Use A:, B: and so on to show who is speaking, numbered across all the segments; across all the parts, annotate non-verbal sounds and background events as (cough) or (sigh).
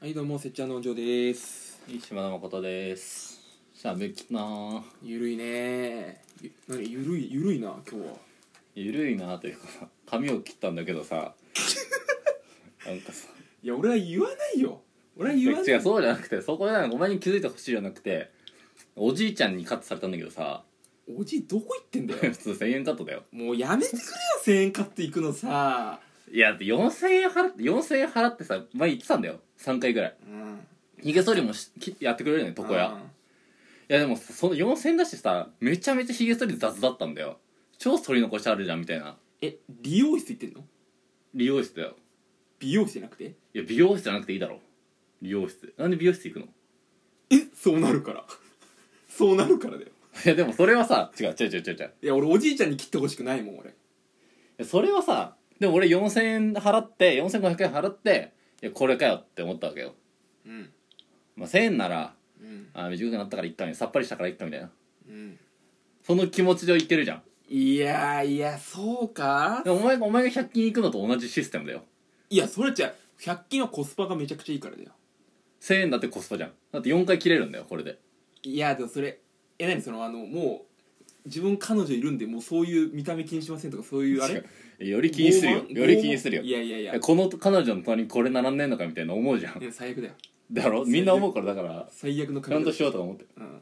A: はいどうもせっちゃん農場です
B: 島田誠ですしゃべきな
A: ゆるいねーゆ何ゆるいゆるいな今日は
B: ゆるいなというかさ髪を切ったんだけ
A: (laughs)
B: どさなんかさ
A: いや俺は言わないよ俺は言わない
B: 違うそうじゃなくてそこじゃないお前に気づいてほしいじゃなくておじいちゃんにカットされたんだけどさ
A: おじいどこ行ってんだよ
B: 普通1000円カットだよ
A: もうやめてくれよ1000円買っていくのさ
B: いやだって4000円払って4000円払ってさ前言ってたんだよ3回ぐらい
A: うん
B: 髭剃りもしきやってくれるよね床屋いやでもさその4000円出してさめちゃめちゃ髭剃り雑だったんだよ超剃り残しあるじゃんみたいな
A: え美容室行ってんの
B: 理容室だよ
A: 美容室じゃなくて
B: いや美容室じゃなくていいだろ美容室なんで美容室行くの
A: えそうなるから (laughs) そうなるからだよ
B: いやでもそれはさ違う違う違う違う違う
A: いや俺おじいちゃんに切ってほしくないもん俺
B: いやそれはさでも俺4000円払って4500円払っていやこれかよって思ったわけよ、
A: うん
B: まあ、1000円なら
A: うん
B: あ短くなったからいっかみたいなさっぱりしたからいっかみたいな
A: うん
B: その気持ちでいけるじゃん
A: いやーいやそうか
B: でもお前がお前が100均行くのと同じシステムだよ
A: いやそれじゃ100均はコスパがめちゃくちゃいいからだよ
B: 1000円だってコスパじゃんだって4回切れるんだよこれで
A: いやでもそれえ何そのあのもう自分彼女いるんでもうそういう見た目気にしませんとかそういうあれ
B: 違うより気にするよ
A: 傲慢
B: より気にするよ
A: 傲慢いやいやいや
B: いやこの彼女の隣にこれ並んでんのかみたいな思うじゃ
A: い
B: ん
A: や最悪だよ
B: だろみんな思うからだから
A: 最悪の
B: ちゃ
A: 髪
B: ん
A: 型
B: としようとか思って
A: うん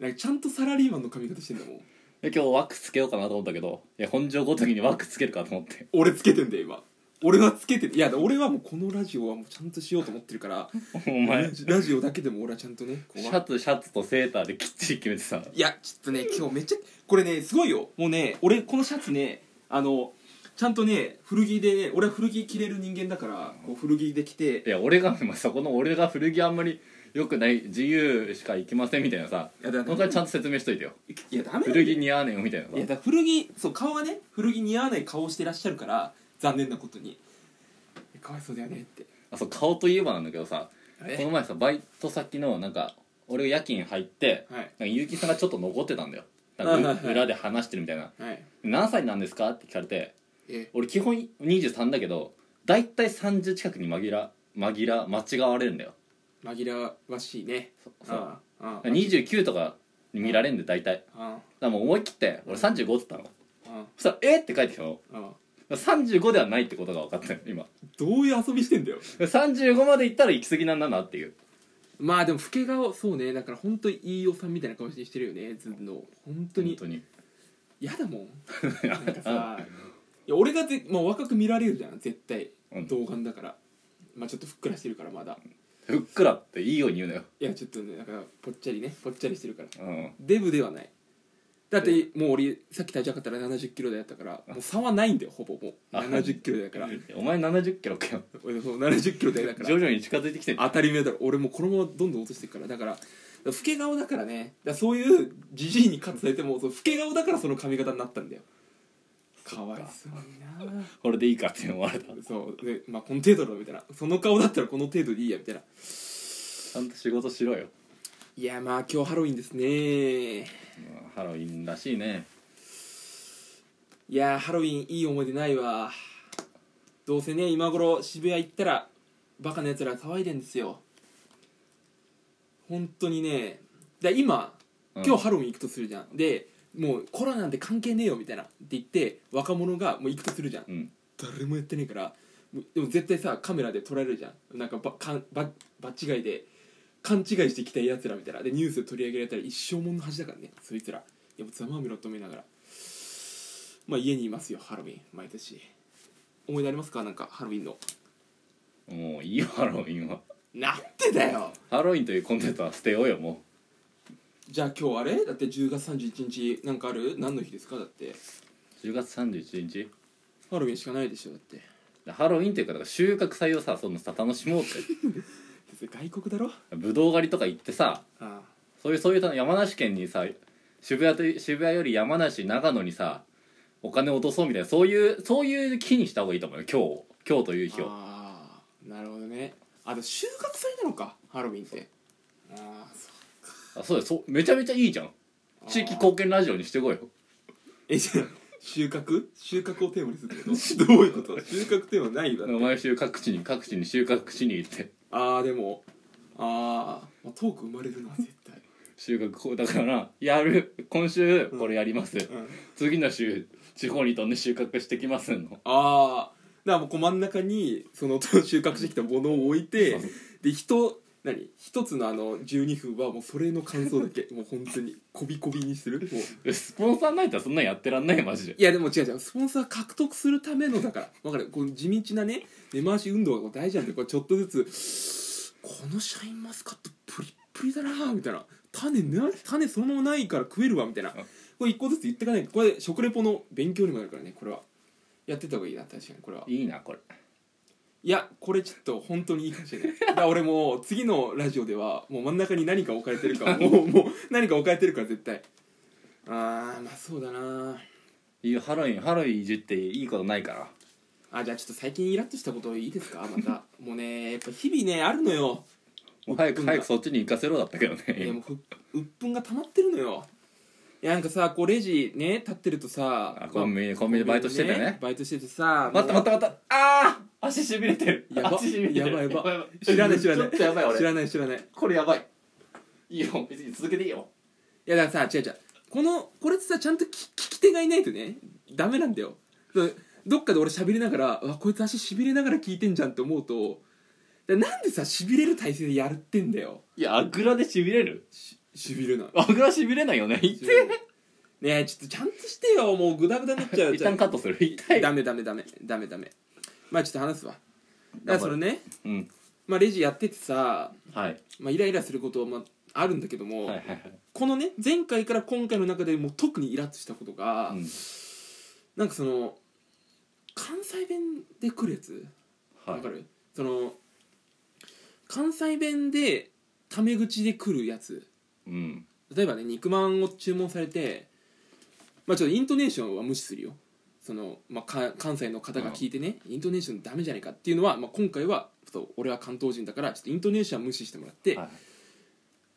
A: なんかちゃんとサラリーマンの髪型してんだもん
B: で今日ワックスつけようかなと思ったけどいや本庄ごときにワックスつけるかと思って (laughs)
A: 俺つけてんだよ今俺はつけてるいや俺はもうこのラジオはもうちゃんとしようと思ってるから
B: お前
A: ラジラジオだけでも俺はちゃんとねこう
B: シャツシャツとセーターできっちり決めてさ
A: いやちょっとね今日めっちゃこれねすごいよもうね俺このシャツねあのちゃんとね古着でね俺は古着着れる人間だからこう古着で着て
B: いや俺がまあそこの俺が古着あんまり良くない自由しか行きませんみたいなさ
A: いやだ
B: そこからちゃんと説明しといてよ
A: いやダメだ
B: 古着似合わねえよみたいな
A: や
B: い
A: だから古着そう顔がね古着似合わない顔をしてらっしゃるから残念なことにかわいそうだよねって
B: あそう顔といえばなんだけどさこ
A: え
B: の前さバイト先のなんか俺が夜勤入って
A: はい
B: なんか結城さんがちょっと残ってたんだよなん
A: はいはい
B: か
A: はい
B: 裏で話してるみたいな
A: はい
B: 「何歳なんですか?」って聞かれて
A: え
B: 俺基本23だけど大体30近くに紛ら紛ら間違われるんだよ
A: 紛らわしいね
B: そそう
A: あああ
B: 29とかに見られるんで大体だか
A: あ
B: らもう思い切って俺35って言ったの
A: あ
B: そしたら「えっ?」て書いてきたの
A: ああ
B: 35ではないってことが分かったよ今
A: どういう遊びしてんだよ
B: 35までいったら行き過ぎなんだなっていう
A: まあでも老け顔そうねだから本当にいいおさんみたいな顔してしてるよねずんの本当に
B: 本当に
A: 嫌だもん (laughs) なんかさいや俺がぜ、まあ、若く見られるじゃん絶対
B: うん
A: 童顔だから、まあちょっとふっくらしてるからまだ
B: ふっくらっていいように言うのよ
A: いやちょっとねなんかぽっちゃりねぽっちゃりしてるから
B: うん
A: デブではないだってもう俺さっき体重測ったら7 0キロでやったからもう差はないんだよほぼもう
B: あ
A: 7 0キロだから
B: (laughs)
A: (laughs)
B: お前7 0キロかよ
A: 俺そう7 0キロでだから
B: 徐々に近づいてきてる
A: 当たり前だろ俺もうこのままどんどん落としていくからだから老け顔だからねだからそういうじじいに勝つされてもそう老け顔だからその髪型になったんだよかわいそうにな
B: これでいいかって思われたち
A: そうでまあこの程度だろみたいなその顔だったらこの程度でいいやみたいな
B: ゃんと仕事しろよ、
A: いやまあ今日ハロウィンですね
B: まあハロウィンらしいね
A: いやーハロウィンいい思い出ないわどうせね今頃渋谷行ったらバカなやつら騒いでんですよ本当にねで今
B: うん
A: 今日ハロウィン行くとするじゃん、でもうコロナなんて関係ねえよみたいなって言って若者がもう行くとするじゃん
B: うん
A: 誰もやってねえからもうでも絶対さカメラで撮られるじゃんなんかばかんばばっ違いで勘違いしてきたやつらみたいなでニュースで取り上げられたら一生もんの恥だからねそいつらいやもうざまあみろと思いながらまあ家にいますよハロウィン毎年思い出ありますかなんかハロウィンの
B: もういいよハロウィンは
A: なんでだよ
B: ハロウィンというコンテンツは捨てようよも
A: じゃあ今日あれだって10月31日なんかある何の日ですかだって
B: う10月31日
A: ハロウィンしかないでしょだって
B: ハロウィンっていうかだから収穫祭をさそのさ楽しもうって
A: 外国だろ
B: ブドウ狩りとか行ってさ
A: ああ
B: そういうそういう山梨県にさ渋谷と渋谷より山梨長野にさお金落とそうみたいなそういうそういう日にした方がいいと思うよ今日今日という日を
A: ああなるほどねあと就活祭なのかハロウィンってああそう
B: あそうだよそうめちゃめちゃいいじゃん地域貢献ラジオにしてこいよ
A: えじゃあ収穫収穫 (laughs) をテーマにするってことどういうこと収穫テーマないわ
B: 毎週各地に各地に収穫しに行って
A: ああでもあー、まあトーク生まれるな絶対、
B: 収穫こうだからやる今週
A: うん
B: これやります、
A: うん、
B: 次の週地方に飛んで収穫してきますの (laughs)
A: ああだからもうこう真ん中にその (laughs) 収穫してきたものを置いて
B: そう
A: で人何一つのあの12分はもうそれの感想だけもう本当にこびこびにするもう
B: スポンサーないとそんなんやってらんないよマジで
A: いやでも違う違うスポンサー獲得するためのだから (laughs) 分かるこの地道なね根回し運動がこう大事なんでこれちょっとずつこのシャインマスカットプリップリだなみたいな種な種そのままないから食えるわみたいなこれ一個ずつ言ってかないとこれ食レポの勉強にもなるからねこれはやってた方がいいな確かにこれはい
B: いなこれ
A: いやこれちょっと本当にいいかもしれない (laughs) だから俺もう次のラジオではもう真ん中に何か置かれてるからもうもう何か置かれてるから絶対あーまあそうだない
B: いよハロウィンハロウィンいじっていいことないから
A: あじゃあちょっと最近イラッとしたこといいですかまたもうねやっぱ日々ねあるのよ
B: もう早く
A: 僕が
B: 早くそっちに行かせろだったけど
A: いやもう
B: ね
A: ふ鬱憤が溜まってるのよいやなんかさこうレジね立ってるとさ
B: あコンビニコンビニでバイトしててね
A: バイトしててさ
B: 待った
A: も
B: 待った待ったあー足しびれてる
A: やば
B: 足しびれてる
A: やばいやば
B: やば
A: う知らない知らな
B: ちょ
A: い
B: っとやばい俺
A: 知らない知らないい
B: これやばいいいよ別に続けていいよ
A: やだからさ違う違うこのこれってさちゃんと聞聞き手がいないとねダメなんだよそうどっかで俺喋りながらうわこいつ足しびれながら聞いてんじゃんって思うとだからなんでさしびれる体勢でやるってんだよ
B: いやあぐらでしびれる
A: ししびれない
B: あぐらしびれないよね痛い
A: ねえちょっとちゃんとしてよもうグダグダになっちゃう
B: (laughs) 一旦カットする痛い
A: ダメダメダメダメダメまあちょっと話すわだからそれね、
B: うん
A: まあ、レジやっててさ、
B: はい
A: まあ、イライラすることはまああるんだけども、
B: はいはいはい
A: このね前回から今回の中でもう特にイラッとしたことが、
B: うん
A: なんかその関西弁で来るやつわ、
B: はい
A: かるその関西弁でタメ口で来るやつ
B: うん
A: 例えばね肉まんを注文されてまあちょっとイントネーションは無視するよその、まあ、か関西の方が聞いてね、イントネーションダメじゃないかっていうのは、まあ、今回はちょっと俺は関東人だからちょっとイントネーションは無視してもらって「
B: はい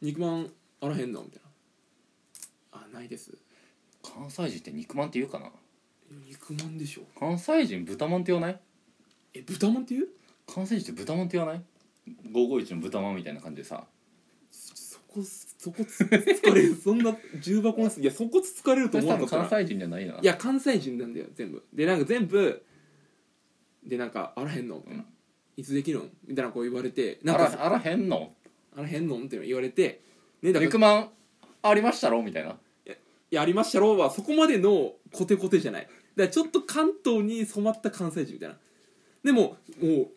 A: 肉まんあらへんの?」みたいな「あないです
B: 関西人って肉まんって言うかな
A: 肉まんでしょ
B: 関西人豚まんって言わない
A: え豚まんって言う
B: 関西人って豚まんって言わない551の豚まんみたいな感じでさ
A: そこそこつ疲れるそんな重箱のすいやそこつ疲れると
B: それ
A: 思わ
B: 多
A: なか
B: 分関
A: ったな
B: 西人じゃないない
A: や関西人なんだよ全部でなんか全部でなんか「あらへんの?」みたいな
B: うん
A: 「いつできるん?」みたいなこう言われてなん
B: あ
A: から
B: あらへんの
A: あらへんのみたいな言われて、ね、だから
B: 肉まんありましたろみたいな
A: やりましたろうはそこまでのコテコテじゃないだからちょっと関東に染まった関西人みたいなでもも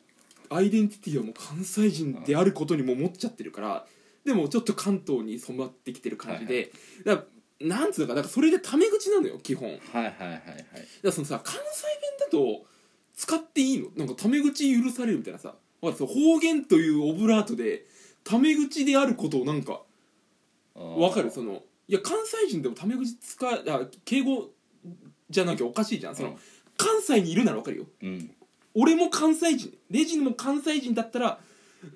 A: うアイデンティティはもう関西人であることにもう持っちゃってるからでもちょっと関東に染まってきてる感じで、だからなんつうのかだからそれでタメ口なのよ基本だか
B: はいはいはいはい
A: らそのさ関西弁だと使っていいのなんかタメ口許されるみたいなさわかるその方言というオブラートでタメ口であることをなんか
B: あー
A: わかるそのいや関西人でもタメ口使うあ敬語じゃなきゃおかしいじゃんその、
B: うん
A: 関西にいるならわかるよ
B: うん
A: 俺も関西人レジも関西人だったら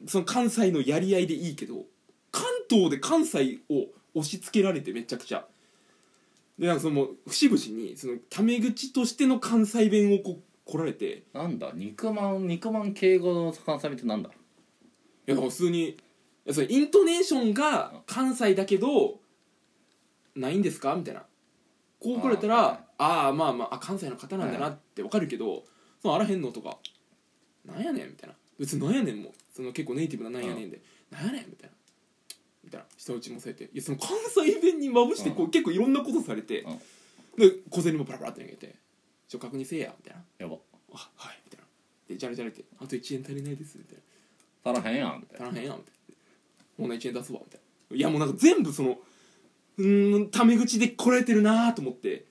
A: その関西のやり合いでいいけど関東で関西を押し付けられてめちゃくちゃでなんかその節々にそのタメ口としての関西弁をこう来られてい
B: なんだ肉まん肉まん敬語の関西弁ってなんだ
A: やだから普通にいやそれイントネーションが関西だけどないんですかみたいなこう来れたらあ、あーまあまああ関西の方なんだなってわかるけど、そのあらへんのとかなんやねんみたいな別になんやねんもその結構ネイティブななんやねんで、なんやねんみたいなみたいな下打ちもされていやその関西弁にまぶしてこう、結構いろんなことされて、
B: うん
A: で小銭もパラパラって投げて「ちょ確認せえや」みたいな
B: やば
A: 「あはい」みたいなでじゃれじゃれて「あと1円足りないです」みたいな
B: 足らへんやんみたい
A: 足らへんやんみたいなほな1円出すわみたいないやもうなんか全部そのうーんタメ口で来られてるなと思ってっ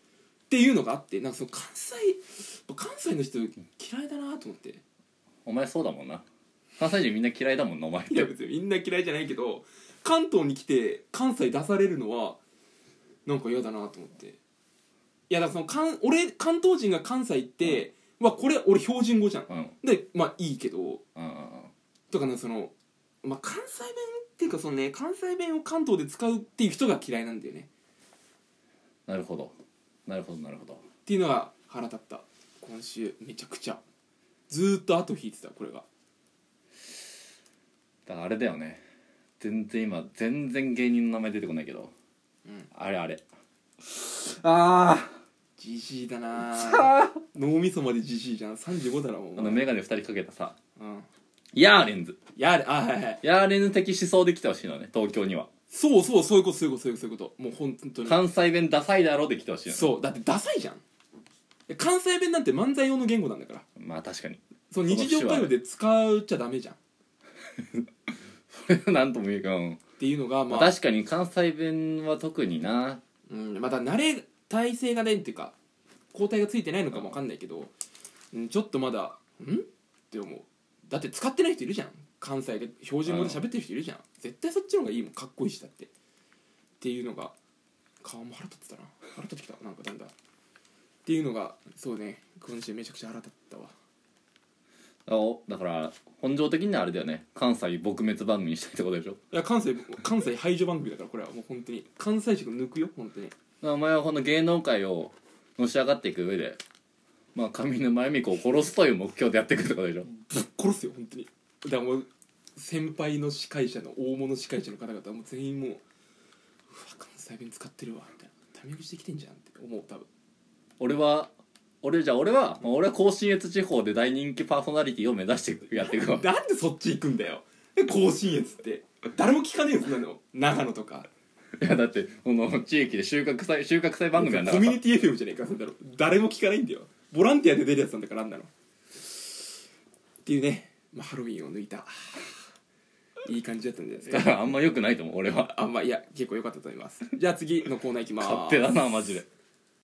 A: ていうのがあってなんかその関西やっぱ関西の人嫌いだなと思って
B: お前そうだもんな関西人みんな嫌いだもんなお前っ
A: いや
B: て
A: 別にみんな嫌いじゃないけど関東に来て関西出されるのはなんか嫌だなと思っていやだからその関俺関東人が関西行って、わこれ俺標準語じゃん
B: うんうん
A: でまあいいけど
B: うんうん
A: とかねその、まあ、関西弁っていうかそのね関西弁を関東で使うっていう人が嫌いなんだよね
B: なるほどなるほどなるほど
A: っていうのが腹立った今週めちゃくちゃずーっと後引いてたこれが
B: だからあれだよね全然今全然芸人の名前出てこないけど、
A: うん
B: あれあれあ
A: じじいだなぁ
B: (laughs) あ
A: 脳みそまでじじいじゃん35だろもう
B: あの眼鏡2人かけたさ
A: うん
B: ヤーレンズ
A: やれあはいはい
B: ヤーレンズ的思想で来てほしいのね東京には
A: そうそうそういうことそういうことそういうことそういうこともう本当に
B: 関西弁ダサいだろで来てほしいのね
A: そうだってダサいじゃん関西弁なんて漫才用の言語なんだから
B: まあ確かに (laughs)
A: その日常会話で使っちゃダメじゃんっ
B: これは何とも言うか、うん
A: ていうのが
B: ま
A: ま
B: あ、
A: あ、
B: 確かに関西弁は特にな
A: うん、まだ慣れ体制がねっていうか交代がついてないのかもわかんないけど、うん、ちょっとまだ「ん?」って思うだって使ってない人いるじゃん関西で標準語で喋ってる人いるじゃん絶対そっちの方がいいもんかっこいいしだってっていうのが顔も腹立ってたな腹立ってきたなんかだんだんっていうのがそうね今週めちゃくちゃ腹立ったわ
B: あおだから本場的にはあれだよね関西撲滅番組にしたいってことでしょ
A: いや関西関西排除番組だからこれはもう本当に関西色抜くよ本当に
B: まあお前はこの芸能界をのし上がっていく上でまあ上沼恵美子を殺すという目標でやっていくってことでしょ
A: ぶっ殺すよ本当にだからもう先輩の司会者の大物司会者の方々はもう全員もううわ関西弁使ってるわみたいなタメ口できてんじゃんって思う多分
B: 俺は俺じゃあ俺は、まあ、俺は甲信越地方で大人気パーソナリティを目指していくやってい
A: (laughs)
B: くわ
A: なんでそっち行くんだよえ甲信越って誰も聞かねえよそんなの長野とか
B: いやだってこの地域で収穫祭収穫祭番組なんだか
A: コ
B: ら
A: ミ
B: さ
A: ュニティ FM じゃねえかそんなの誰も聞かないんだよボランティアで出るやつなんだからあんなのっていうね、まあ、ハロウィンを抜いたいい感じだったんじゃないです
B: だ
A: か
B: (laughs) からあんま良くないと思う俺は
A: あんまあいや結構良かったと思いますじゃあ次のコーナーいきます
B: 勝手だなマジで